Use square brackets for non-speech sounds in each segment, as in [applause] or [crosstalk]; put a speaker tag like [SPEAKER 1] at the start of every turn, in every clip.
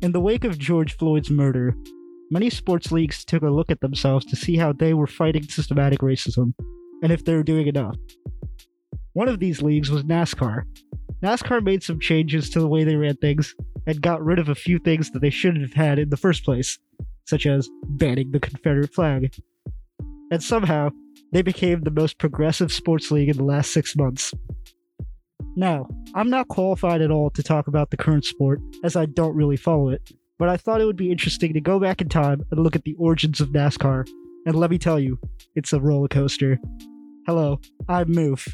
[SPEAKER 1] In the wake of George Floyd's murder, many sports leagues took a look at themselves to see how they were fighting systematic racism and if they were doing enough. One of these leagues was NASCAR. NASCAR made some changes to the way they ran things and got rid of a few things that they shouldn't have had in the first place, such as banning the Confederate flag. And somehow, they became the most progressive sports league in the last six months. Now, I'm not qualified at all to talk about the current sport, as I don't really follow it, but I thought it would be interesting to go back in time and look at the origins of NASCAR. And let me tell you, it's a roller coaster. Hello, I'm Moof,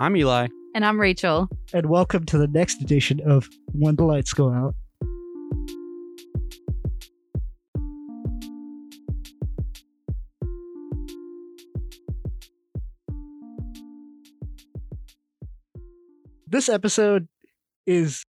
[SPEAKER 2] I'm Eli.
[SPEAKER 3] And I'm Rachel.
[SPEAKER 1] and welcome to the next edition of When the Lights Go Out. This episode is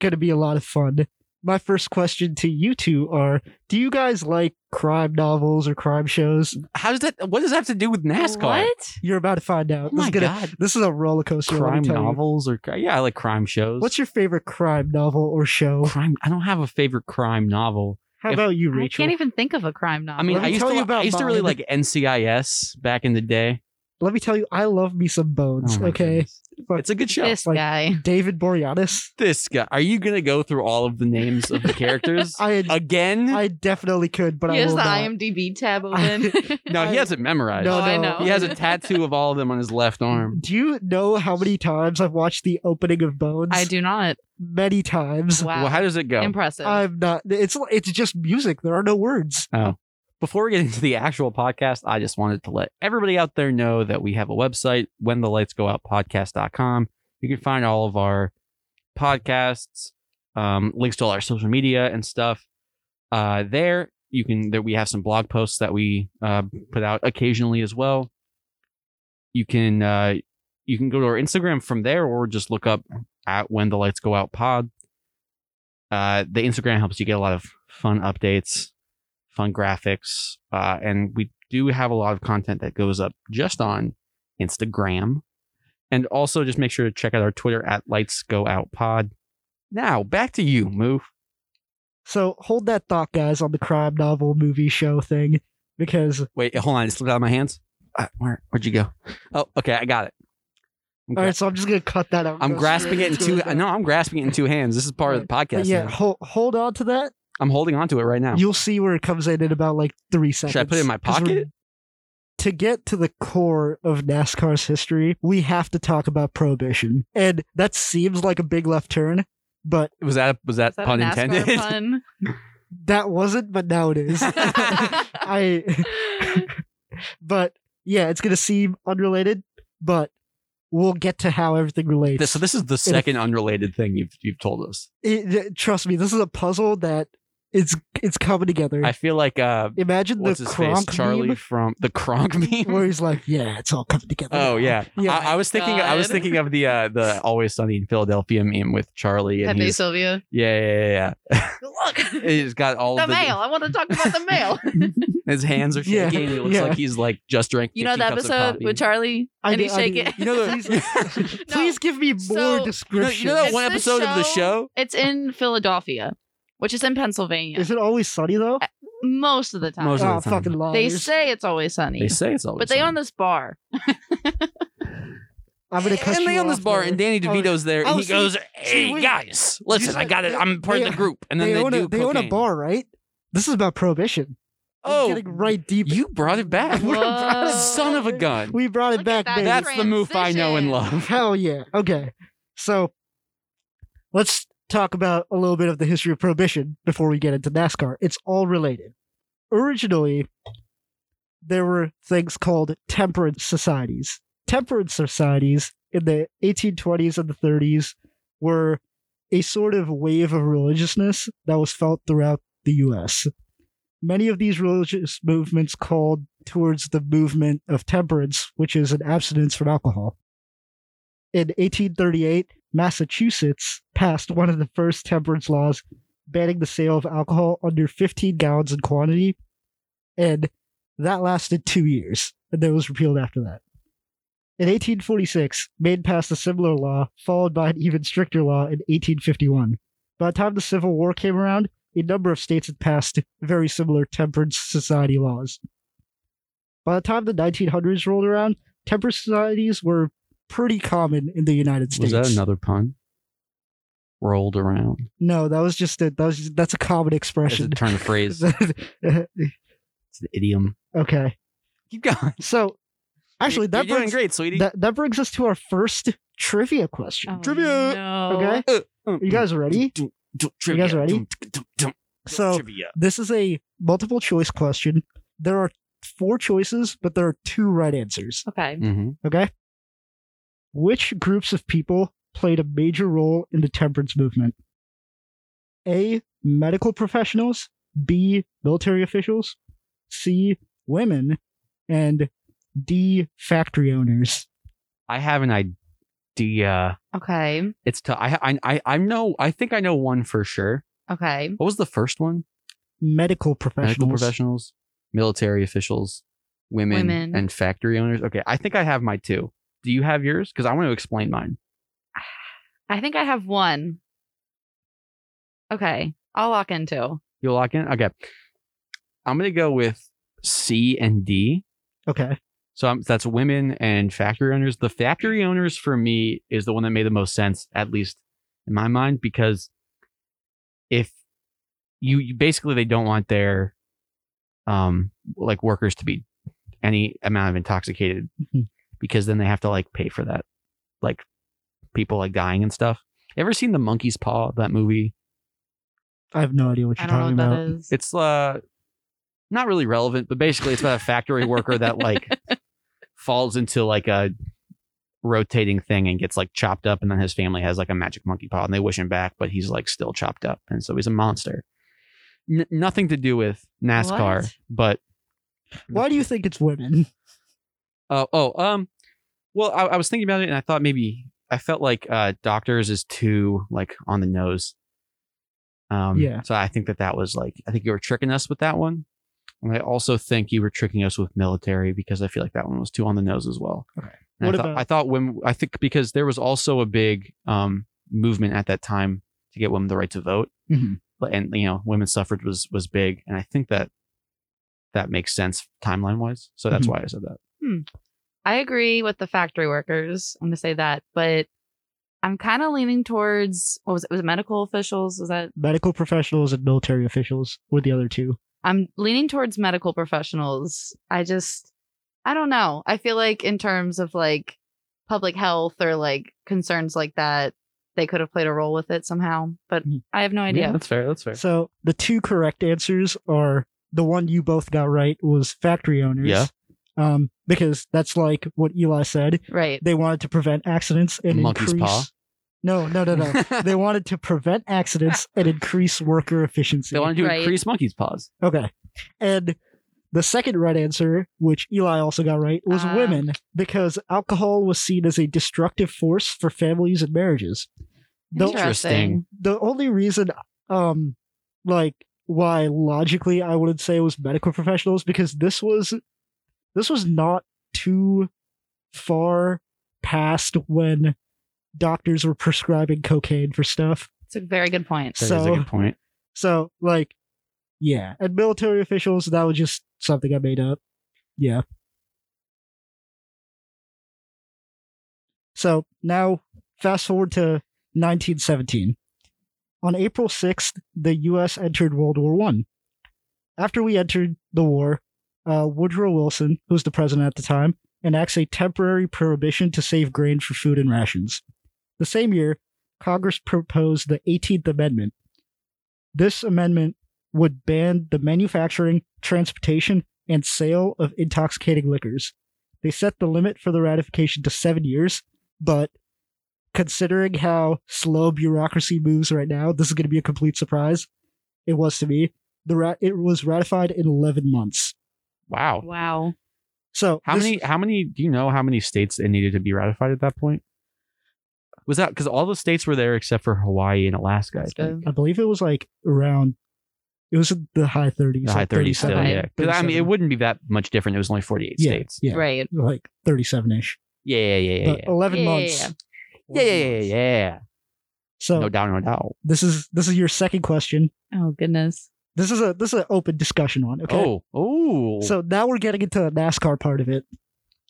[SPEAKER 1] going to be a lot of fun. My first question to you two are Do you guys like crime novels or crime shows?
[SPEAKER 2] How does that? What does that have to do with NASCAR?
[SPEAKER 3] What?
[SPEAKER 1] You're about to find out.
[SPEAKER 2] Oh
[SPEAKER 1] this,
[SPEAKER 2] my
[SPEAKER 1] is gonna,
[SPEAKER 2] god!
[SPEAKER 1] this is a roller coaster. let me
[SPEAKER 2] Crime
[SPEAKER 1] tell you.
[SPEAKER 2] novels or cri- yeah, I like crime shows.
[SPEAKER 1] What's your favorite crime novel or show?
[SPEAKER 2] crime? I don't have a favorite crime novel.
[SPEAKER 1] How
[SPEAKER 2] If-
[SPEAKER 1] about you,
[SPEAKER 3] I
[SPEAKER 1] Rachel?
[SPEAKER 3] can't e- even think of a crime novel.
[SPEAKER 2] I mean,
[SPEAKER 1] Let
[SPEAKER 2] I
[SPEAKER 1] me
[SPEAKER 2] used
[SPEAKER 1] tell
[SPEAKER 2] to.
[SPEAKER 1] you
[SPEAKER 2] li-
[SPEAKER 1] about
[SPEAKER 2] I used to really
[SPEAKER 1] mine.
[SPEAKER 2] like NCIS back in the day.
[SPEAKER 1] Let me tell you, I love me some bones.
[SPEAKER 2] Oh my
[SPEAKER 1] okay,
[SPEAKER 2] goodness.
[SPEAKER 1] Fuck.
[SPEAKER 2] it's a good show. This,
[SPEAKER 3] this
[SPEAKER 1] like-
[SPEAKER 3] guy.
[SPEAKER 1] David Boreanaz.
[SPEAKER 2] guy. Are you gonna go through all of the
[SPEAKER 1] [laughs]
[SPEAKER 2] names of the characters
[SPEAKER 1] I
[SPEAKER 2] again?
[SPEAKER 1] I definitely could, but
[SPEAKER 3] he
[SPEAKER 1] I
[SPEAKER 3] has
[SPEAKER 1] will
[SPEAKER 3] the
[SPEAKER 1] not.
[SPEAKER 3] IMDb
[SPEAKER 2] [laughs]
[SPEAKER 3] tab
[SPEAKER 1] I-
[SPEAKER 3] open.
[SPEAKER 2] no, he
[SPEAKER 1] I-
[SPEAKER 3] [laughs]
[SPEAKER 2] hasn't memorized.
[SPEAKER 1] No,
[SPEAKER 3] Oh, I
[SPEAKER 1] no.
[SPEAKER 3] know.
[SPEAKER 2] He has a tattoo of all of them on his left arm.
[SPEAKER 1] Do you know how many times I've watched the opening of Bones?
[SPEAKER 3] I do not.
[SPEAKER 1] many times.
[SPEAKER 2] [laughs]
[SPEAKER 3] Wow.
[SPEAKER 2] Well, how does it go?
[SPEAKER 3] Impressive.
[SPEAKER 1] I'm not. It's it's just music. There are no words.
[SPEAKER 2] Before we get into the actual podcast, I just wanted to let everybody out there know that we have a website, when the lights go out podcast.com. You can find all of our podcasts, um, links to all our social media and stuff uh, there. You can there we have some blog posts that we uh, put out occasionally as well. You can uh, you can go to our Instagram from there or just look up at when the lights go out pod. Uh, the Instagram helps you get a lot of fun updates fun graphics, uh, and we do have a lot of content that goes up just on Instagram. And also, just make sure to check out our Twitter at Lights Go Out Pod. Now back to you, Move.
[SPEAKER 1] So hold that thought, guys, on the crime novel movie show thing, because
[SPEAKER 2] Wait, hold on, it slipped out of my hands. Uh, where where'd you go? Oh, okay, I got it. I'm, gra-
[SPEAKER 1] all right. So I'm just gonna cut that out.
[SPEAKER 2] I'm grasping it in two. No, I'm grasping it in two hands. This is part of the podcast.
[SPEAKER 1] yeah,
[SPEAKER 2] now.
[SPEAKER 1] hold, hold on to that.
[SPEAKER 2] I'm holding on to it right now.
[SPEAKER 1] You'll see where it comes in in about like three seconds.
[SPEAKER 2] Should I put it in my
[SPEAKER 1] 'Cause we're-
[SPEAKER 2] pocket?
[SPEAKER 1] To get to the core of NASCAR's history, we have to talk about prohibition, and that seems like a big left turn, but
[SPEAKER 2] Was that was that,
[SPEAKER 3] Is that
[SPEAKER 2] pun
[SPEAKER 3] a NASCAR
[SPEAKER 2] intended?
[SPEAKER 3] Pun? [laughs]
[SPEAKER 1] that wasn't. But now it is. [laughs] I. But yeah, it's gonna seem unrelated, but we'll get to how everything relates.
[SPEAKER 2] [laughs] This- so this is the second unrelated thing you've you've told us.
[SPEAKER 1] It- th- trust me, this is a puzzle that it's it's coming together.
[SPEAKER 2] I feel like uh,
[SPEAKER 1] Imagine [laughs]
[SPEAKER 2] what's
[SPEAKER 1] the
[SPEAKER 2] his
[SPEAKER 1] Kronk
[SPEAKER 2] face, Charlie
[SPEAKER 1] meme
[SPEAKER 2] from
[SPEAKER 1] [laughs]
[SPEAKER 2] the Kronk meme.
[SPEAKER 1] where he's like, "Yeah, it's all coming together."
[SPEAKER 2] [laughs] oh yeah,
[SPEAKER 1] Yeah.
[SPEAKER 2] I, I was thinking. I was
[SPEAKER 3] God.
[SPEAKER 2] thinking of the uh,
[SPEAKER 1] [laughs]
[SPEAKER 2] the Always Sunny in Philadelphia meme with Charlie and
[SPEAKER 3] Pepe
[SPEAKER 2] he's, [laughs]
[SPEAKER 3] Sylvia.
[SPEAKER 2] yeah, yeah, yeah,
[SPEAKER 3] Look. [laughs]
[SPEAKER 2] yeah. He's got all
[SPEAKER 3] the
[SPEAKER 2] of the
[SPEAKER 3] mail. I want to talk about the
[SPEAKER 2] [laughs]
[SPEAKER 3] mail.
[SPEAKER 2] His hands
[SPEAKER 1] [laughs]
[SPEAKER 2] are
[SPEAKER 1] Yeah,
[SPEAKER 2] shaking. It looks
[SPEAKER 1] yeah.
[SPEAKER 2] like he's like just drank.
[SPEAKER 3] You know
[SPEAKER 2] 50
[SPEAKER 3] that
[SPEAKER 2] cups of
[SPEAKER 3] episode
[SPEAKER 2] coffee.
[SPEAKER 3] with Charlie
[SPEAKER 1] I
[SPEAKER 3] and
[SPEAKER 1] do-
[SPEAKER 3] he
[SPEAKER 1] I
[SPEAKER 3] shake
[SPEAKER 1] do.
[SPEAKER 3] it.
[SPEAKER 2] You know
[SPEAKER 1] [laughs]
[SPEAKER 2] the-
[SPEAKER 3] No,
[SPEAKER 1] Please give me more
[SPEAKER 3] so-
[SPEAKER 2] You know, you
[SPEAKER 1] description.
[SPEAKER 2] know that
[SPEAKER 3] It's
[SPEAKER 2] one
[SPEAKER 3] the
[SPEAKER 2] episode of the show.
[SPEAKER 3] show- It's in Philadelphia, which is in Pennsylvania
[SPEAKER 1] Is it always sunny though?
[SPEAKER 3] most of the time.
[SPEAKER 2] Most of the
[SPEAKER 1] Oh,
[SPEAKER 2] time.
[SPEAKER 1] fucking liars.
[SPEAKER 3] they say it's always sunny,
[SPEAKER 2] They say it's always.
[SPEAKER 3] but they
[SPEAKER 2] Sunny.
[SPEAKER 3] own this bar.
[SPEAKER 1] I'm gonna cut
[SPEAKER 2] and
[SPEAKER 1] you
[SPEAKER 2] they own
[SPEAKER 1] off
[SPEAKER 2] this bar,
[SPEAKER 1] there.
[SPEAKER 2] and Danny
[SPEAKER 1] Oh,
[SPEAKER 2] DeVito's there,
[SPEAKER 1] Oh,
[SPEAKER 2] and he
[SPEAKER 1] see-
[SPEAKER 2] goes,
[SPEAKER 1] see,
[SPEAKER 2] "Hey
[SPEAKER 1] wait.
[SPEAKER 2] guys, listen, I
[SPEAKER 1] said-
[SPEAKER 2] got it. I'm part of
[SPEAKER 1] they-
[SPEAKER 2] the group." And then
[SPEAKER 1] they
[SPEAKER 2] they,
[SPEAKER 1] own
[SPEAKER 2] do.
[SPEAKER 1] a, they own a
[SPEAKER 2] cocaine.
[SPEAKER 1] bar, right? This is about prohibition. I'm
[SPEAKER 2] Oh,
[SPEAKER 1] getting right deep.
[SPEAKER 2] you brought it
[SPEAKER 1] [laughs]
[SPEAKER 2] back.
[SPEAKER 1] We're
[SPEAKER 3] brought it
[SPEAKER 2] Son of a
[SPEAKER 1] back.
[SPEAKER 2] gun.
[SPEAKER 1] we brought it
[SPEAKER 3] Look
[SPEAKER 1] back,
[SPEAKER 3] at
[SPEAKER 1] baby.
[SPEAKER 3] that
[SPEAKER 2] That's the move I know and
[SPEAKER 3] transition.
[SPEAKER 1] [laughs]
[SPEAKER 2] love.
[SPEAKER 1] Hell yeah. Okay. So let's talk about a little bit of the history of prohibition before we get into NASCAR. It's all related. Originally, there were things called temperance societies. Temperance societies in the 1820s and the 30s were a sort of wave of religiousness that was felt throughout the US. Many of these religious movements called towards the movement of temperance, which is an abstinence from alcohol. In 1838, Massachusetts passed one of the first temperance laws banning the sale of alcohol under 15 gallons in quantity, and that lasted two years, and then was repealed after that. In 1846, Maine passed a similar law, followed by an even stricter law in 1851. By the time the Civil War came around, a number of states had passed very similar temperance society laws. By the time the 1900s rolled around, temperance societies were pretty common in the United
[SPEAKER 2] Was
[SPEAKER 1] States.
[SPEAKER 2] that another pun? Rolled around.
[SPEAKER 1] No, that was just a, that was just, that's a common
[SPEAKER 2] That's a
[SPEAKER 1] expression. [laughs]
[SPEAKER 2] turn of phrase. It's an idiom.
[SPEAKER 1] okay,
[SPEAKER 2] Keep going.
[SPEAKER 1] so actually,
[SPEAKER 2] You're
[SPEAKER 1] that
[SPEAKER 2] doing
[SPEAKER 1] brings
[SPEAKER 2] great, sweetie.
[SPEAKER 1] that, that brings us to our first trivia question.
[SPEAKER 3] Oh,
[SPEAKER 1] trivia.
[SPEAKER 3] no.
[SPEAKER 1] Okay,
[SPEAKER 2] Mm,
[SPEAKER 1] you guys ready?
[SPEAKER 2] mm, mm,
[SPEAKER 1] You guys
[SPEAKER 2] trivia.
[SPEAKER 1] ready?
[SPEAKER 2] Mm, mm, mm, mm,
[SPEAKER 1] So
[SPEAKER 2] trivia.
[SPEAKER 1] this is a multiple choice question. There are four choices, but there are two right answers.
[SPEAKER 3] Okay.
[SPEAKER 2] Mhm.
[SPEAKER 1] Okay. Which groups of people played a major role in the temperance movement? A. Medical professionals. B. Military officials. C. Women. And D. Factory owners.
[SPEAKER 2] I have an idea.
[SPEAKER 3] Okay.
[SPEAKER 2] It's tough. I, I I I know. I think I know one for sure.
[SPEAKER 3] Okay.
[SPEAKER 2] What was the first one?
[SPEAKER 1] Medical
[SPEAKER 2] Medical
[SPEAKER 1] professionals.
[SPEAKER 2] professionals, military officials, women,
[SPEAKER 3] Women.
[SPEAKER 2] and factory owners. Okay, I think I have my two. Do you have yours? Because I want to explain mine.
[SPEAKER 3] I think I have one. Okay. I'll lock into.
[SPEAKER 2] You'll lock in. Okay, I'm gonna go with C and D.
[SPEAKER 1] okay.
[SPEAKER 2] So I'm, that's women and factory owners. The factory owners for me is the one that made the most sense, at least in my mind, because if you, you basically they don't want their um like workers to be any amount of intoxicated
[SPEAKER 1] Mhm.
[SPEAKER 2] because then they have to like pay for that like people like dying and stuff. Ever seen the Monkey's Paw that movie?
[SPEAKER 1] I have no idea what
[SPEAKER 3] I
[SPEAKER 1] you're
[SPEAKER 3] don't know
[SPEAKER 1] talking
[SPEAKER 3] what
[SPEAKER 1] about.
[SPEAKER 3] that is.
[SPEAKER 2] It's uh not really relevant, but basically it's about a factory worker
[SPEAKER 1] [laughs]
[SPEAKER 2] that like falls into like a rotating thing and gets like chopped up and then his family has like a magic monkey paw and they wish him back, but he's like still chopped up and so he's a monster. N- nothing to do with NASCAR,
[SPEAKER 3] What?
[SPEAKER 2] but
[SPEAKER 1] Why do you think it's women?
[SPEAKER 2] Oh, oh, um, well, I, I was thinking about it, and I thought maybe I felt like uh, doctors is too like on the nose. Um,
[SPEAKER 1] Yeah.
[SPEAKER 2] So I think that that was like I think you were tricking us with that one, and I also think you were tricking us with military because I feel like that one was too on the nose as well.
[SPEAKER 1] Okay.
[SPEAKER 2] And
[SPEAKER 1] What
[SPEAKER 2] I, thought,
[SPEAKER 1] about-
[SPEAKER 2] I thought women. I think because there was also a big um movement at that time to get women the right to vote,
[SPEAKER 1] Mhm.
[SPEAKER 2] But- and you know, women's suffrage was was big, and I think that that makes sense timeline wise. So that's
[SPEAKER 1] Mhm.
[SPEAKER 2] why I said that.
[SPEAKER 3] I agree with the factory workers. I'm gonna say that, but I'm kind of leaning towards what was it? Was it medical officials? Was that
[SPEAKER 1] Medical professionals and military officials were the other two.
[SPEAKER 3] I'm leaning towards medical professionals. I just I don't know. I feel like in terms of like public health or like concerns like that, they could have played a role with it somehow. But
[SPEAKER 1] Mhm.
[SPEAKER 3] I have no
[SPEAKER 2] Yeah,
[SPEAKER 3] idea.
[SPEAKER 2] that's fair. That's fair.
[SPEAKER 1] So the two correct answers are the one you both got right was factory owners.
[SPEAKER 2] Yeah.
[SPEAKER 1] Um, because that's like what Eli said.
[SPEAKER 3] Right.
[SPEAKER 1] They wanted to prevent accidents and
[SPEAKER 2] Monkey's
[SPEAKER 1] increase.
[SPEAKER 2] paw?
[SPEAKER 1] No, no, no, no.
[SPEAKER 2] [laughs]
[SPEAKER 1] they wanted to prevent accidents and increase worker efficiency.
[SPEAKER 2] They wanted to
[SPEAKER 3] Right.
[SPEAKER 2] increase monkey's paws.
[SPEAKER 1] okay. And the second right answer, which Eli also got right, was
[SPEAKER 3] Ah.
[SPEAKER 1] women because alcohol was seen as a destructive force for families and marriages. The
[SPEAKER 2] Interesting.
[SPEAKER 3] Interesting.
[SPEAKER 1] the only reason um like why logically I wouldn't say it was medical professionals because this was this was not too far past when doctors were prescribing cocaine for stuff.
[SPEAKER 3] It's a very good point.
[SPEAKER 2] That is
[SPEAKER 1] So-
[SPEAKER 2] a good point.
[SPEAKER 1] So like yeah, and military officials that was just something I made up. Yeah. So now fast forward to 1917. On April 6th, the U.S. entered World War One. After we entered the war, uh, Woodrow Wilson, who was the president at the time, enacts a temporary prohibition to save grain for food and rations. The same year, Congress proposed the 18th Amendment. This amendment would ban the manufacturing, transportation, and sale of intoxicating liquors. They set the limit for the ratification to seven years, but considering how slow bureaucracy moves right now, this is going to be a complete surprise. It was to me. The ra- it was ratified in 11 months.
[SPEAKER 2] Wow.
[SPEAKER 3] Wow.
[SPEAKER 1] So
[SPEAKER 2] How
[SPEAKER 1] this-
[SPEAKER 2] many? How many? Do you know how many states it needed to be ratified at that point? Was that because all the states were there except for Hawaii and Alaska? I
[SPEAKER 3] That's
[SPEAKER 2] think.
[SPEAKER 3] good.
[SPEAKER 1] I believe it was like around. It was in the high thirties.
[SPEAKER 2] The high
[SPEAKER 1] like
[SPEAKER 2] thirties still,
[SPEAKER 1] 37,
[SPEAKER 2] yeah. 'Cause, I mean, it
[SPEAKER 1] 37.
[SPEAKER 2] wouldn't be that much different. It was only forty-eight
[SPEAKER 1] Yeah,
[SPEAKER 2] states.
[SPEAKER 1] yeah,
[SPEAKER 3] Right.
[SPEAKER 1] like thirty-seven ish.
[SPEAKER 2] Yeah, yeah, yeah, yeah,
[SPEAKER 1] But oh, eleven
[SPEAKER 3] Yeah, yeah,
[SPEAKER 1] months.
[SPEAKER 3] yeah.
[SPEAKER 2] yeah, yeah, yeah, yeah, yeah.
[SPEAKER 1] So
[SPEAKER 2] no doubt, no doubt.
[SPEAKER 1] this is this is your second question.
[SPEAKER 3] Oh goodness.
[SPEAKER 1] This is a this is an open discussion one. Okay.
[SPEAKER 2] Oh, oh,
[SPEAKER 1] So now we're getting into the NASCAR part of it.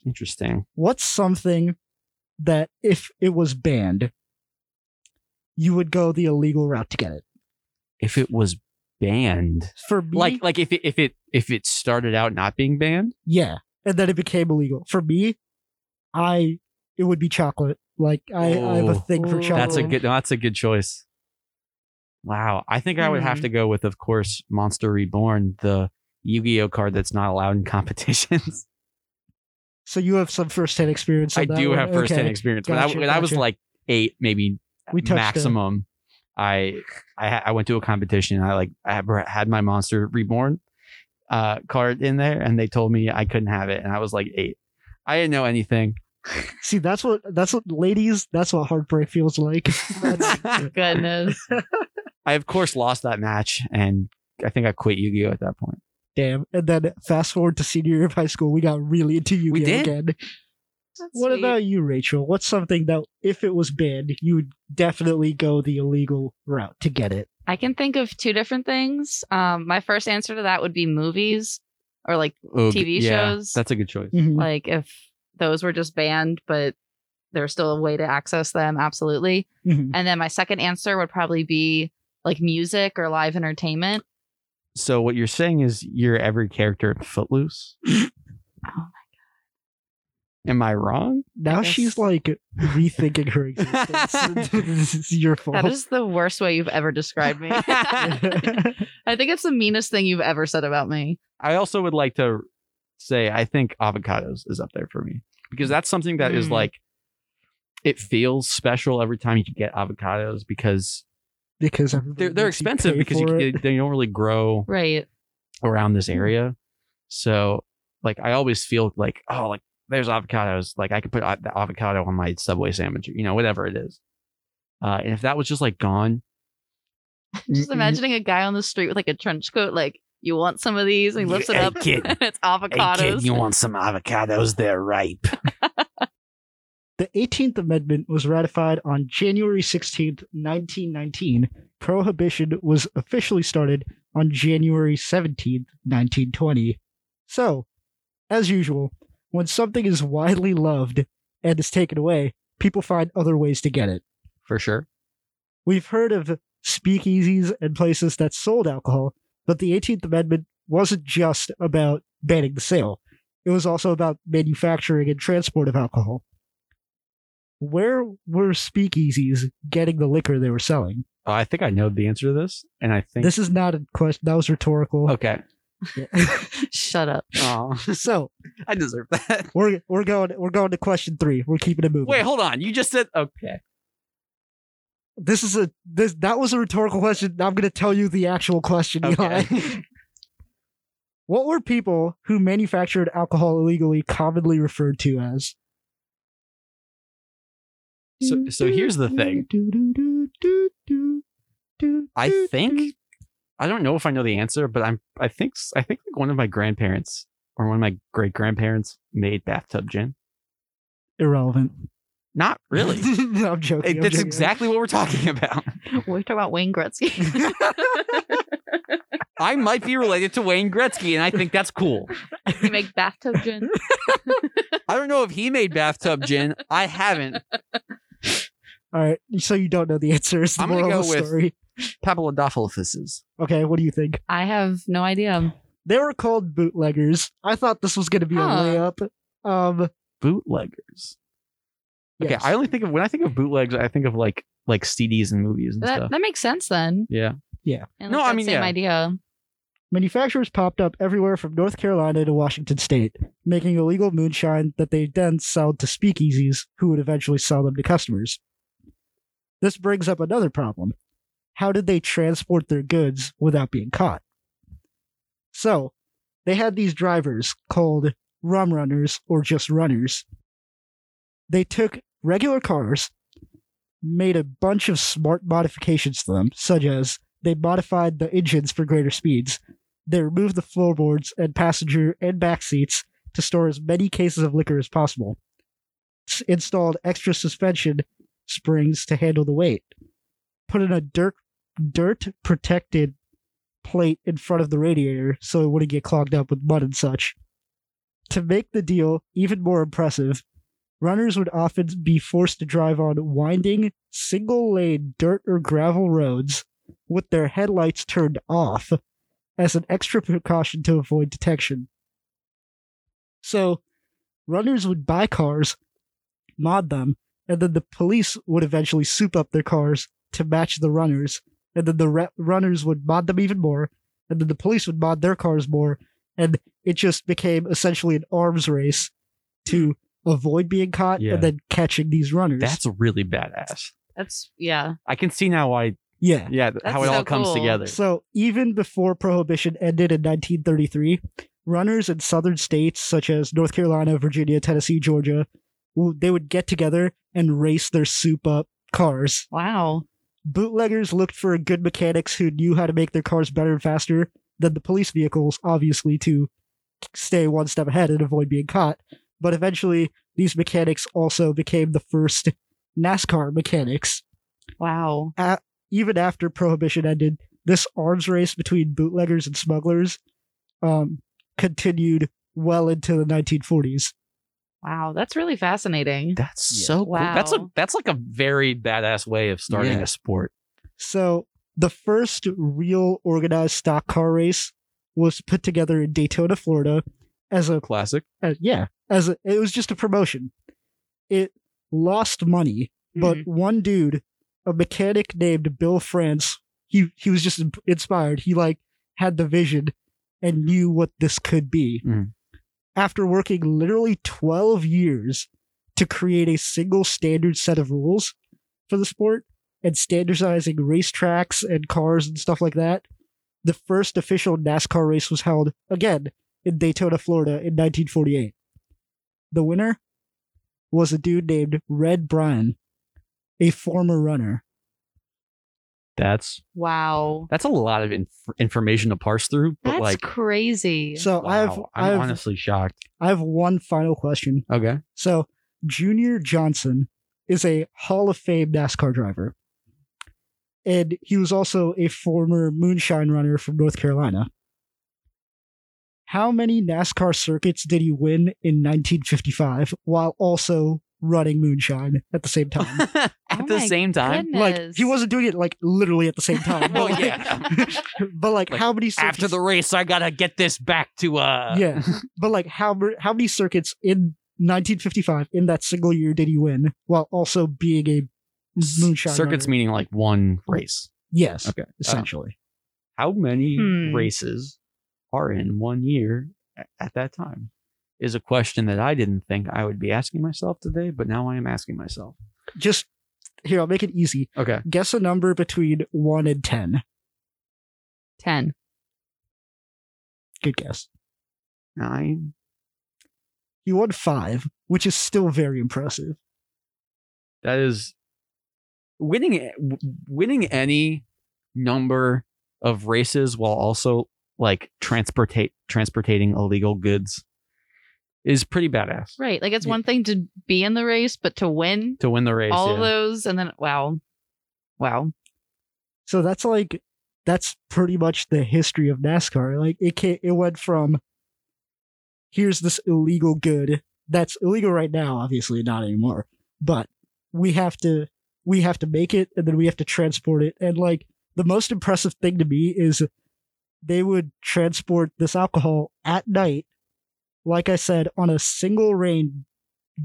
[SPEAKER 2] interesting.
[SPEAKER 1] What's something that if it was banned, you would go the illegal route to get it?
[SPEAKER 2] If it was banned,
[SPEAKER 1] For me,
[SPEAKER 2] like like if it if it if it started out not being banned,
[SPEAKER 1] yeah, and then it became illegal. For me, I it would be chocolate. Like I, I have a
[SPEAKER 2] Oh,
[SPEAKER 1] thing for
[SPEAKER 3] ooh.
[SPEAKER 1] chocolate.
[SPEAKER 2] that's a good no, that's a good choice. Wow, I think I would
[SPEAKER 1] Mm-hmm.
[SPEAKER 2] have
[SPEAKER 3] Hmm.
[SPEAKER 2] to go with, of course, Monster Reborn, the Yu-Gi-Oh card that's not allowed in [laughs] competitions.
[SPEAKER 1] So you have some firsthand experience. on
[SPEAKER 2] I
[SPEAKER 1] that
[SPEAKER 2] do
[SPEAKER 1] one.
[SPEAKER 2] have firsthand
[SPEAKER 1] Okay.
[SPEAKER 2] experience. when
[SPEAKER 1] Gotcha,
[SPEAKER 2] I, when I was
[SPEAKER 1] gotcha.
[SPEAKER 2] like eight, maybe
[SPEAKER 1] We touched on-
[SPEAKER 2] maximum, I I ha- I went to a competition. And I like I had- had my monster reborn uh, card in there, and they told me I couldn't have it, and I was like eight. I didn't know anything.
[SPEAKER 1] See, that's what that's what ladies. That's what heartbreak feels
[SPEAKER 2] [laughs]
[SPEAKER 1] like. That's-
[SPEAKER 2] I
[SPEAKER 1] [laughs]
[SPEAKER 3] Goodness.
[SPEAKER 2] of course lost that match, and I think I quit Yu Gi Oh at that point.
[SPEAKER 1] damn. And then fast forward to senior year of high school, we got really into Yu Gi
[SPEAKER 2] We
[SPEAKER 1] Oh
[SPEAKER 2] did.
[SPEAKER 1] again. What about you, Rachel? What's something that if it was banned, you would definitely go the illegal route to get it?
[SPEAKER 3] I can think of two different things. Um, my first answer to that would be movies or like
[SPEAKER 2] Oh,
[SPEAKER 3] TV
[SPEAKER 2] yeah,
[SPEAKER 3] shows?
[SPEAKER 2] That's a good choice.
[SPEAKER 1] Mhm.
[SPEAKER 3] like if those were just banned, but there's still a way to access them, absolutely.
[SPEAKER 2] Mm-hmm.
[SPEAKER 1] Mhm.
[SPEAKER 3] And then my second answer would probably be like music or
[SPEAKER 2] [laughs]
[SPEAKER 3] live entertainment.
[SPEAKER 2] So what you're saying is you're every character in [laughs] Footloose.
[SPEAKER 3] my God.
[SPEAKER 2] Am I wrong?
[SPEAKER 1] Now
[SPEAKER 3] guess-
[SPEAKER 1] she's like rethinking her
[SPEAKER 2] [laughs]
[SPEAKER 1] existence. [laughs] this is your fault.
[SPEAKER 3] That is the worst way you've ever described
[SPEAKER 2] [laughs]
[SPEAKER 3] me. [laughs] I think it's the meanest thing you've ever said about me.
[SPEAKER 2] I also would like to say I think avocados is up there for me because that's something that is
[SPEAKER 3] Mm.
[SPEAKER 2] like it feels special every time you can get avocados because
[SPEAKER 1] [laughs] because
[SPEAKER 2] they're they're expensive because you, they they don't really grow
[SPEAKER 3] Right.
[SPEAKER 2] around this area. So like I always feel like oh like there's avocados like I could put a- the avocado on my subway sandwich you know whatever it is. Uh, and if that was just like gone,
[SPEAKER 3] [laughs] Just
[SPEAKER 2] Mm,
[SPEAKER 3] imagining a guy on the street with like a trench coat, like, you want some of these? And he lifts it
[SPEAKER 2] Hey,
[SPEAKER 3] up
[SPEAKER 2] kid.
[SPEAKER 3] and [laughs] it's
[SPEAKER 2] hey
[SPEAKER 3] avocados.
[SPEAKER 2] kid, you want some avocados? They're ripe.
[SPEAKER 1] The 18th Amendment was ratified on January 16th, 1919. Prohibition was officially started on January 17th, 1920. So, as usual, when something is widely loved and is taken away, people find other ways to get it.
[SPEAKER 2] For sure.
[SPEAKER 1] We've heard of speakeasies and places that sold alcohol, but the 18th Amendment wasn't just about banning the sale. It was also about manufacturing and transport of alcohol. Where were speakeasies getting the liquor they were selling?
[SPEAKER 2] Uh, I think I know the answer to this, and I think
[SPEAKER 1] This is not a question. That was rhetorical.
[SPEAKER 2] [laughs] okay.
[SPEAKER 3] [laughs]
[SPEAKER 2] [laughs]
[SPEAKER 3] Shut up.
[SPEAKER 2] Oh,
[SPEAKER 1] [laughs] so
[SPEAKER 2] I deserve [laughs] that.
[SPEAKER 1] we're we're going we're going to question three. We're keeping it moving.
[SPEAKER 2] Wait, hold on. You just said [laughs] okay.
[SPEAKER 1] this is a this that was a rhetorical question. I'm going to tell you the actual question, Eli.
[SPEAKER 2] Okay.
[SPEAKER 1] What were people who manufactured alcohol illegally commonly referred to as?
[SPEAKER 2] so, so here's the thing. I think I don't know if I know the answer, but I'm. I think I think like one of my grandparents or one of my great grandparents made bathtub gin.
[SPEAKER 1] irrelevant.
[SPEAKER 2] Not [laughs] really.
[SPEAKER 1] [laughs] no, I'm joking.
[SPEAKER 2] It-
[SPEAKER 1] I'm
[SPEAKER 2] that's
[SPEAKER 1] joking.
[SPEAKER 2] exactly what we're talking about.
[SPEAKER 3] We're talking about Wayne Gretzky. [laughs]
[SPEAKER 2] I might be related to Wayne Gretzky, and I think that's cool.
[SPEAKER 3] you make bathtub
[SPEAKER 2] [laughs]
[SPEAKER 3] gin.
[SPEAKER 2] I don't know if he made bathtub gin. I haven't.
[SPEAKER 1] All right, so you don't know the answer. It's the
[SPEAKER 2] I'm gonna
[SPEAKER 1] moral of
[SPEAKER 2] go
[SPEAKER 1] the
[SPEAKER 2] with-
[SPEAKER 1] story.
[SPEAKER 2] Papilodophilophys's.
[SPEAKER 1] Okay, what do you think?
[SPEAKER 3] I have no idea.
[SPEAKER 1] They were called bootleggers. I thought this was going to be
[SPEAKER 3] Huh.
[SPEAKER 1] a layup. Um,
[SPEAKER 2] bootleggers. Okay,
[SPEAKER 1] yes.
[SPEAKER 2] I only think of when I think of bootlegs, I think of like like CDs and movies and
[SPEAKER 3] That
[SPEAKER 2] stuff.
[SPEAKER 3] that makes sense then.
[SPEAKER 2] yeah,
[SPEAKER 3] And,
[SPEAKER 2] No,
[SPEAKER 3] like,
[SPEAKER 2] I
[SPEAKER 3] that
[SPEAKER 2] mean,
[SPEAKER 3] same
[SPEAKER 2] yeah.
[SPEAKER 3] idea.
[SPEAKER 1] Manufacturers popped up everywhere from North Carolina to Washington state, making illegal moonshine that they then sell to speakeasies who would eventually sell them to customers. This brings up another problem. How did they transport their goods without being caught? So, they had these drivers called rum runners or just runners. They took regular cars, made a bunch of smart modifications to them, such as they modified the engines for greater speeds. They removed the floorboards and passenger and back seats to store as many cases of liquor as possible. S- installed extra suspension springs to handle the weight. put in a dirt dirt protected plate in front of the radiator so it wouldn't get clogged up with mud and such. To make the deal even more impressive, runners would often be forced to drive on winding, single lane dirt or gravel roads with their headlights turned off as an extra precaution to avoid detection. So, runners would buy cars, mod them, and then the police would eventually soup up their cars to match the runners, and then the re- runners would mod them even more, and then the police would mod their cars more, and it just became essentially an arms race to avoid being caught
[SPEAKER 2] Yeah.
[SPEAKER 1] and then catching these runners.
[SPEAKER 2] That's really badass.
[SPEAKER 3] That's yeah.
[SPEAKER 2] I can see now why.
[SPEAKER 1] yeah.
[SPEAKER 2] Yeah, th-
[SPEAKER 3] That's
[SPEAKER 2] how it all
[SPEAKER 3] so
[SPEAKER 2] comes
[SPEAKER 3] cool.
[SPEAKER 2] together.
[SPEAKER 1] So even before prohibition ended in 1933, runners in southern states such as North Carolina, Virginia, Tennessee, Georgia, w- they would get together and race their soup up cars.
[SPEAKER 3] Wow.
[SPEAKER 1] Bootleggers looked for good mechanics who knew how to make their cars better and faster than the police vehicles, obviously to stay one step ahead and avoid being caught. But eventually, these mechanics also became the first NASCAR mechanics
[SPEAKER 3] Wow.
[SPEAKER 1] even after prohibition ended, this arms race between bootleggers and smugglers um, continued well into the 1940s.
[SPEAKER 3] Wow. That's really fascinating.
[SPEAKER 2] That's
[SPEAKER 1] Yeah.
[SPEAKER 2] so cool. That's a
[SPEAKER 3] Wow.
[SPEAKER 2] that's like a very badass way of starting
[SPEAKER 1] Yeah.
[SPEAKER 2] a sport.
[SPEAKER 1] So the first real organized stock car race was put together in Daytona, Florida, as a
[SPEAKER 2] Classic.
[SPEAKER 1] uh, yeah, as a, it was just a promotion. It lost money, but
[SPEAKER 3] Mhm.
[SPEAKER 1] one dude, a mechanic named Bill France, he he was just in- inspired. He like had the vision and knew what this could be.
[SPEAKER 2] Mm.
[SPEAKER 1] After working literally 12 years to create a single standard set of rules for the sport and standardizing racetracks and cars and stuff like that, the first official NASCAR race was held again in Daytona, Florida in 1948. The winner was a dude named Red Bryan, a former runner.
[SPEAKER 2] That's
[SPEAKER 3] Wow.
[SPEAKER 2] that's a lot of inf- information to parse through. But
[SPEAKER 3] That's
[SPEAKER 2] like,
[SPEAKER 3] crazy.
[SPEAKER 1] So
[SPEAKER 2] wow,
[SPEAKER 1] I've
[SPEAKER 2] I'm
[SPEAKER 1] I've
[SPEAKER 2] honestly shocked.
[SPEAKER 1] I have one final question.
[SPEAKER 2] Okay.
[SPEAKER 1] So Junior Johnson is a Hall of Fame NASCAR driver. And he was also a former moonshine runner from North Carolina. How many NASCAR circuits did he win in 1955 while also running moonshine at the same time?
[SPEAKER 2] [laughs] At
[SPEAKER 3] [laughs] Oh
[SPEAKER 2] the
[SPEAKER 3] my
[SPEAKER 2] same time.
[SPEAKER 1] Like
[SPEAKER 3] Goodness. Oh,
[SPEAKER 1] he
[SPEAKER 3] [laughs]
[SPEAKER 1] wasn't doing it like literally at the same time.
[SPEAKER 2] Well,
[SPEAKER 1] but, like,
[SPEAKER 2] yeah.
[SPEAKER 1] [laughs] but like,
[SPEAKER 2] Like,
[SPEAKER 1] how many circuits,
[SPEAKER 2] After the race, I gotta get this back to uh.
[SPEAKER 1] Yeah. [laughs] But like how mer- how many circuits in 1955 in that single year did he win while also being a moonshot?
[SPEAKER 2] Circuits
[SPEAKER 1] runner?
[SPEAKER 2] meaning like one race.
[SPEAKER 1] yes,
[SPEAKER 2] Okay. uh,
[SPEAKER 1] essentially.
[SPEAKER 2] How many
[SPEAKER 3] Hmm.
[SPEAKER 2] races are in one year a- at that time? Is a question that I didn't think I would be asking myself today, but now I am asking myself.
[SPEAKER 1] Just here, I'll make it easy.
[SPEAKER 2] Okay.
[SPEAKER 1] Guess a number between one and ten.
[SPEAKER 3] [laughs] ten.
[SPEAKER 1] Good guess.
[SPEAKER 2] Nine.
[SPEAKER 1] He won five, which is still very impressive.
[SPEAKER 2] That is winning winning any number of races while also like transportate transportating illegal goods is pretty badass.
[SPEAKER 3] Right. Like it's
[SPEAKER 1] Yeah.
[SPEAKER 3] one thing to be in the race, but to win
[SPEAKER 2] To win the race.
[SPEAKER 3] all
[SPEAKER 2] yeah.
[SPEAKER 3] of those and then wow. Wow.
[SPEAKER 1] So that's like that's pretty much the history of NASCAR. Like it can it went from here's this illegal good that's illegal right now, obviously not anymore. But we have to we have to make it and then we have to transport it. And like the most impressive thing to me is they would transport this alcohol at night, like I said, on a single rain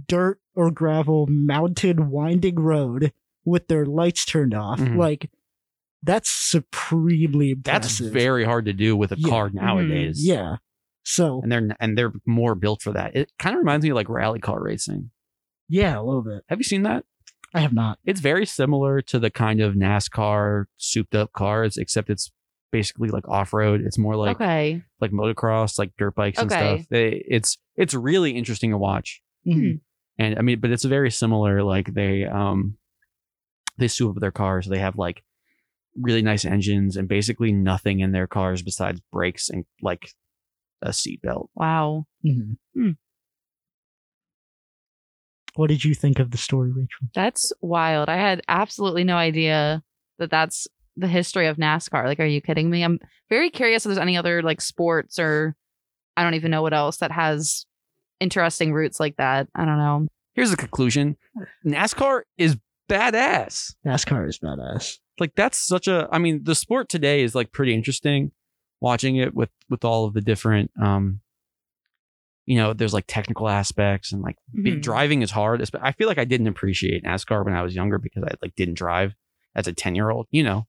[SPEAKER 1] dirt or gravel mounted winding road with their lights turned off.
[SPEAKER 2] Mhm.
[SPEAKER 1] Like that's supremely
[SPEAKER 2] That's
[SPEAKER 1] impressive.
[SPEAKER 2] very hard to do with a
[SPEAKER 1] Yeah.
[SPEAKER 2] car
[SPEAKER 3] Mm-hmm.
[SPEAKER 2] nowadays.
[SPEAKER 1] yeah. So
[SPEAKER 2] and they're and they're more built for that. It kind of reminds me of like rally car racing.
[SPEAKER 1] yeah, a little bit.
[SPEAKER 2] Have you seen that?
[SPEAKER 1] I have not.
[SPEAKER 2] It's very similar to the kind of NASCAR souped up cars, except it's basically like off road. It's more like
[SPEAKER 3] okay.
[SPEAKER 2] like motocross, like dirt bikes and
[SPEAKER 3] Okay.
[SPEAKER 2] stuff. They, it's it's really interesting to watch.
[SPEAKER 1] Mhm.
[SPEAKER 2] And I mean, but it's very similar. Like they um they soup up their cars. They have like really nice engines and basically nothing in their cars besides brakes and like a seatbelt.
[SPEAKER 3] Wow.
[SPEAKER 1] Mhm.
[SPEAKER 3] Hmm.
[SPEAKER 1] What did you think of the story, Rachel?
[SPEAKER 3] That's wild. I had absolutely no idea that that's the history of NASCAR. Like, are you kidding me? I'm very curious if there's any other like sports or I don't even know what else that has interesting roots like that. I don't know.
[SPEAKER 2] Here's the conclusion: NASCAR is badass.
[SPEAKER 1] NASCAR is badass.
[SPEAKER 2] like that's such a i mean the sport today is like pretty interesting watching it with with all of the different um you know there's like technical aspects and like big
[SPEAKER 3] Mhm.
[SPEAKER 2] driving is hard Espe- i feel like i didn't appreciate nascar when i was younger because i like didn't drive as a 10 year old you know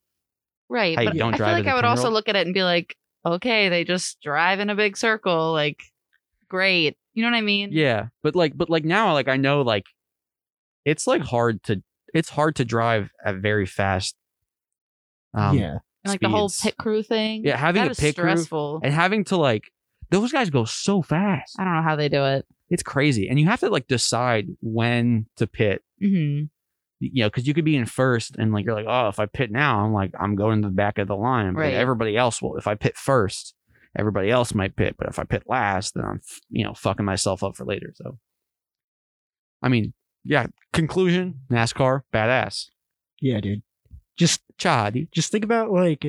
[SPEAKER 3] Right.
[SPEAKER 2] I
[SPEAKER 3] but
[SPEAKER 2] don't
[SPEAKER 3] I feel
[SPEAKER 2] drive as
[SPEAKER 3] like
[SPEAKER 2] a
[SPEAKER 3] I would also
[SPEAKER 2] 10-year-old.
[SPEAKER 3] look at it and be like, okay, they just drive in a big circle. Like, great. You know what I mean?
[SPEAKER 2] yeah but like but like now like i know like it's like hard to it's hard to drive at very fast um
[SPEAKER 1] yeah.
[SPEAKER 3] And, like the whole
[SPEAKER 2] speeds.
[SPEAKER 3] pit crew thing.
[SPEAKER 2] Yeah, having
[SPEAKER 3] That
[SPEAKER 2] a
[SPEAKER 3] is
[SPEAKER 2] pit crew-
[SPEAKER 3] stressful.
[SPEAKER 2] and having to like those guys go so fast
[SPEAKER 3] I don't know how they do it.
[SPEAKER 2] it's crazy and you have to like decide when to pit
[SPEAKER 3] hmm
[SPEAKER 2] you know, because you could be in first and like you're like, oh, if I pit now, I'm like I'm going to the back of the line. But
[SPEAKER 3] Right.
[SPEAKER 2] everybody else will. If I pit first, everybody else might pit. But if I pit last, then I'm f- you know fucking myself up for later. So, I mean, yeah. Conclusion: NASCAR, badass.
[SPEAKER 1] Yeah, dude. Just
[SPEAKER 2] Chadi.
[SPEAKER 1] just think about like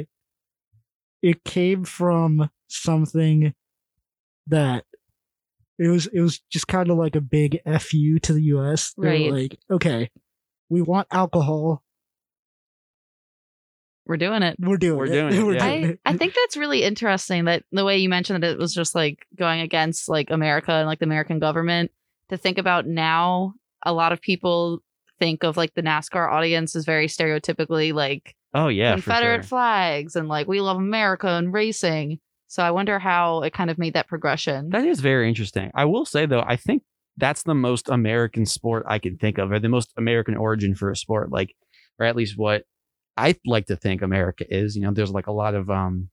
[SPEAKER 1] it came from something that it was it was just kind of like a big fu to the us They were
[SPEAKER 3] Right.
[SPEAKER 1] like okay we want alcohol
[SPEAKER 3] We're doing it.
[SPEAKER 1] we're doing
[SPEAKER 2] We're
[SPEAKER 1] it [laughs]
[SPEAKER 2] doing it,
[SPEAKER 1] we're
[SPEAKER 2] yeah.
[SPEAKER 1] doing
[SPEAKER 3] I,
[SPEAKER 1] it
[SPEAKER 3] I think that's really interesting that the way you mentioned that it was just like going against like America and like the American government to think about now a lot of people think of like the NASCAR audience as very stereotypically like
[SPEAKER 2] Oh yeah, for
[SPEAKER 3] Confederate
[SPEAKER 2] sure.
[SPEAKER 3] flags and like we love America and racing. So I wonder how it kind of made that progression.
[SPEAKER 2] That is very interesting. I will say though, I think that's the most American sport I can think of, or the most American origin for a sport, like, or at least what I like to think America is. You know, there's like a lot of um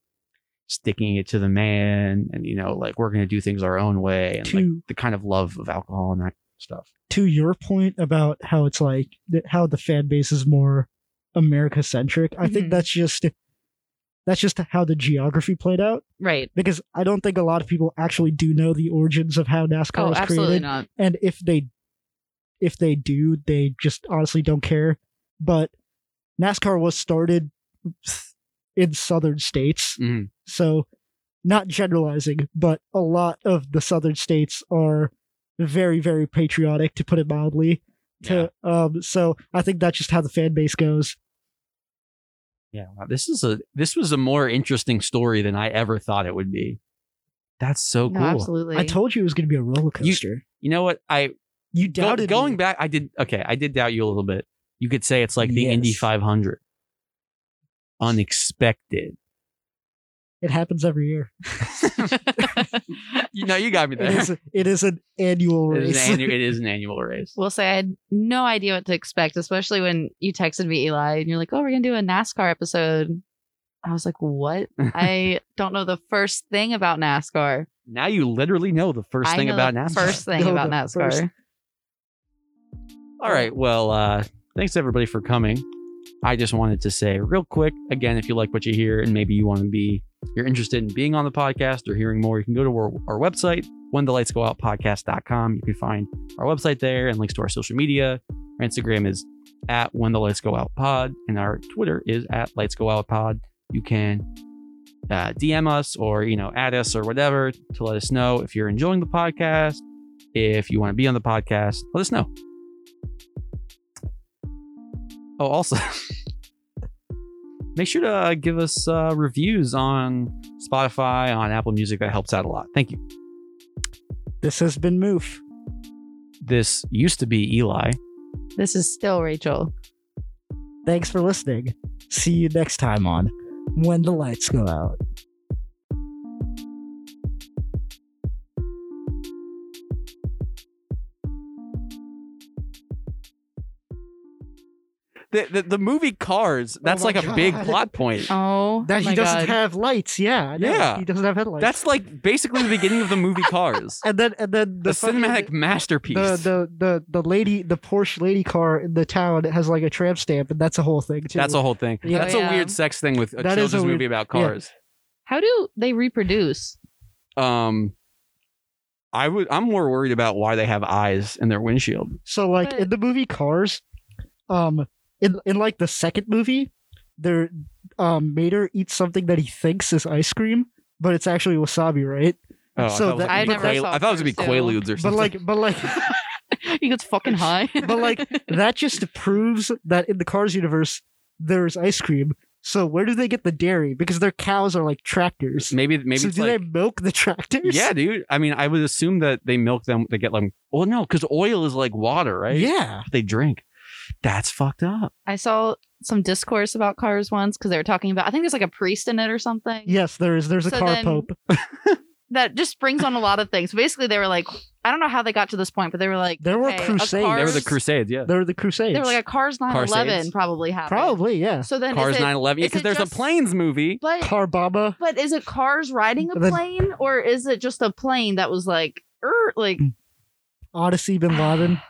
[SPEAKER 2] sticking it to the man, and you know, like we're gonna do things our own way, and like
[SPEAKER 1] to
[SPEAKER 2] the kind of love of alcohol and that stuff.
[SPEAKER 1] to your point about how it's like th- how the fan base is more america centric i
[SPEAKER 3] Mhm.
[SPEAKER 1] think that's just that's just how the geography played out
[SPEAKER 3] right.
[SPEAKER 1] because i don't think a lot of people actually do know the origins of how nascar
[SPEAKER 3] Oh,
[SPEAKER 1] was
[SPEAKER 3] absolutely
[SPEAKER 1] created
[SPEAKER 3] not.
[SPEAKER 1] and if they if they do they just honestly don't care but nascar was started in southern states
[SPEAKER 2] Mhm.
[SPEAKER 1] so not generalizing but a lot of the southern states are very very patriotic to put it mildly to um so i think that's just how the fan base goes
[SPEAKER 2] Yeah, wow, this is a this was a more interesting story than I ever thought it would be. That's so
[SPEAKER 3] No,
[SPEAKER 2] Oh, cool.
[SPEAKER 3] absolutely.
[SPEAKER 1] i told you it was going to be a roller coaster
[SPEAKER 2] You know what? I
[SPEAKER 1] you,
[SPEAKER 2] Go-
[SPEAKER 1] doubted
[SPEAKER 2] going
[SPEAKER 1] me.
[SPEAKER 2] back, I did okay. I did doubt you a little bit. You could say it's like the Indy
[SPEAKER 1] Yes.
[SPEAKER 2] 500, unexpected.
[SPEAKER 1] it happens every
[SPEAKER 2] [laughs]
[SPEAKER 1] year
[SPEAKER 2] You know, you got me
[SPEAKER 1] it
[SPEAKER 2] [laughs] there.
[SPEAKER 1] is it is an annual
[SPEAKER 2] It
[SPEAKER 1] race
[SPEAKER 2] is an annual, it is an annual race.
[SPEAKER 3] We'll say I had no idea what to expect, especially when you texted me, Eli, and you're like, oh, we're going to do a NASCAR episode. I was like, what?
[SPEAKER 1] [laughs]
[SPEAKER 3] I don't know the first thing about NASCAR.
[SPEAKER 2] [laughs] Now you literally know the first
[SPEAKER 3] I
[SPEAKER 2] thing
[SPEAKER 3] know
[SPEAKER 2] about
[SPEAKER 3] the
[SPEAKER 2] NASCAR.
[SPEAKER 3] First
[SPEAKER 1] [laughs]
[SPEAKER 3] thing
[SPEAKER 1] Know
[SPEAKER 3] about
[SPEAKER 1] the
[SPEAKER 3] NASCAR.
[SPEAKER 1] first-
[SPEAKER 2] All right. Well, uh, thanks everybody for coming. I just wanted to say real quick again, if you like what you hear and maybe you want to be, you're interested in being on the podcast or hearing more, you can go to our, our website, when the lights go out podcast.com. You can find our website there and links to our social media. Our Instagram is at when the lights go out pod and our Twitter is at lights go out pod. You can uh, DM us or, you know, add us or whatever to let us know if you're enjoying the podcast. If you want to be on the podcast, let us know. Oh, also, [laughs] make sure to uh, give us uh, reviews on Spotify, on Apple Music. That helps out a lot. Thank you.
[SPEAKER 1] [laughs] this has been moof
[SPEAKER 2] This used to be Eli.
[SPEAKER 3] This is still Rachel.
[SPEAKER 1] Thanks for listening. See you next time on When the Lights Go Out.
[SPEAKER 2] The, the, the movie Cars, that's
[SPEAKER 1] Oh my
[SPEAKER 2] like a big
[SPEAKER 1] God. [laughs]
[SPEAKER 2] plot point.
[SPEAKER 3] Oh,
[SPEAKER 1] That
[SPEAKER 3] my
[SPEAKER 1] he doesn't
[SPEAKER 3] God.
[SPEAKER 1] have lights. Yeah, I know.
[SPEAKER 2] Yeah.
[SPEAKER 1] He doesn't have headlights.
[SPEAKER 2] That's like basically the beginning of
[SPEAKER 1] [laughs]
[SPEAKER 2] the movie Cars,
[SPEAKER 1] and then and then
[SPEAKER 2] the,
[SPEAKER 1] the, fucking-
[SPEAKER 2] cinematic masterpiece.
[SPEAKER 1] The, the the the lady the Porsche lady car in the town has like a tramp stamp and that's a whole thing too.
[SPEAKER 2] that's a whole thing.
[SPEAKER 1] Yeah.
[SPEAKER 2] That's
[SPEAKER 3] Oh,
[SPEAKER 2] a
[SPEAKER 3] yeah.
[SPEAKER 2] weird sex thing with a
[SPEAKER 1] That is
[SPEAKER 2] children's
[SPEAKER 1] a weird-
[SPEAKER 2] movie about
[SPEAKER 1] yeah.
[SPEAKER 2] cars.
[SPEAKER 3] How do they reproduce? [laughs]
[SPEAKER 2] Um, I would. I'm more worried about why they have eyes in their windshield.
[SPEAKER 1] so like
[SPEAKER 3] But-
[SPEAKER 1] in the movie Cars, um, in in like the second movie, their um, Mater eats something that he thinks is ice cream, but it's actually wasabi, right?
[SPEAKER 2] Oh,
[SPEAKER 1] So
[SPEAKER 2] I thought it was
[SPEAKER 1] that-
[SPEAKER 2] gonna
[SPEAKER 1] I
[SPEAKER 2] be
[SPEAKER 1] never
[SPEAKER 2] Quail-
[SPEAKER 3] saw
[SPEAKER 2] I thought it was gonna be
[SPEAKER 3] first,
[SPEAKER 2] Quaaludes or
[SPEAKER 1] But
[SPEAKER 2] something.
[SPEAKER 1] like, but like
[SPEAKER 3] he gets fucking high.
[SPEAKER 1] But, like, that just proves that in the Cars universe there is ice cream. So where do they get the dairy? Because their cows are like tractors.
[SPEAKER 2] maybe Mm, maybe
[SPEAKER 1] so
[SPEAKER 2] it's
[SPEAKER 1] do
[SPEAKER 2] like,
[SPEAKER 1] they milk the tractors?
[SPEAKER 2] Yeah, dude. I mean, I would assume that they milk them. They get like, well, no, because oil is like water, right?
[SPEAKER 1] Yeah.
[SPEAKER 2] They drink. That's fucked up.
[SPEAKER 3] [laughs] I saw some discourse about cars once because they were talking about I think there's like a priest in it or something.
[SPEAKER 1] Yes, there is. There's a
[SPEAKER 3] So
[SPEAKER 1] car
[SPEAKER 3] then-
[SPEAKER 1] pope.
[SPEAKER 3] That just brings on a lot of things. Basically they were like I don't know how they got to this point, but they were like
[SPEAKER 1] There were
[SPEAKER 3] okay, a
[SPEAKER 1] crusades.
[SPEAKER 2] They
[SPEAKER 3] Cars,
[SPEAKER 2] were the Crusades, yeah.
[SPEAKER 1] There are the Crusades.
[SPEAKER 3] They were like a cars 911
[SPEAKER 2] Crusades?
[SPEAKER 3] probably happened.
[SPEAKER 1] Probably, yeah.
[SPEAKER 3] So then
[SPEAKER 2] Cars
[SPEAKER 3] is it,
[SPEAKER 2] 911. Yeah,
[SPEAKER 3] is
[SPEAKER 2] because
[SPEAKER 3] it
[SPEAKER 2] there's
[SPEAKER 3] just-
[SPEAKER 2] a planes movie.
[SPEAKER 3] but
[SPEAKER 1] Car Baba.
[SPEAKER 3] But is it cars riding a
[SPEAKER 1] Then-
[SPEAKER 3] plane, or is it just a plane that was like, er, like
[SPEAKER 1] Odyssey bin Laden.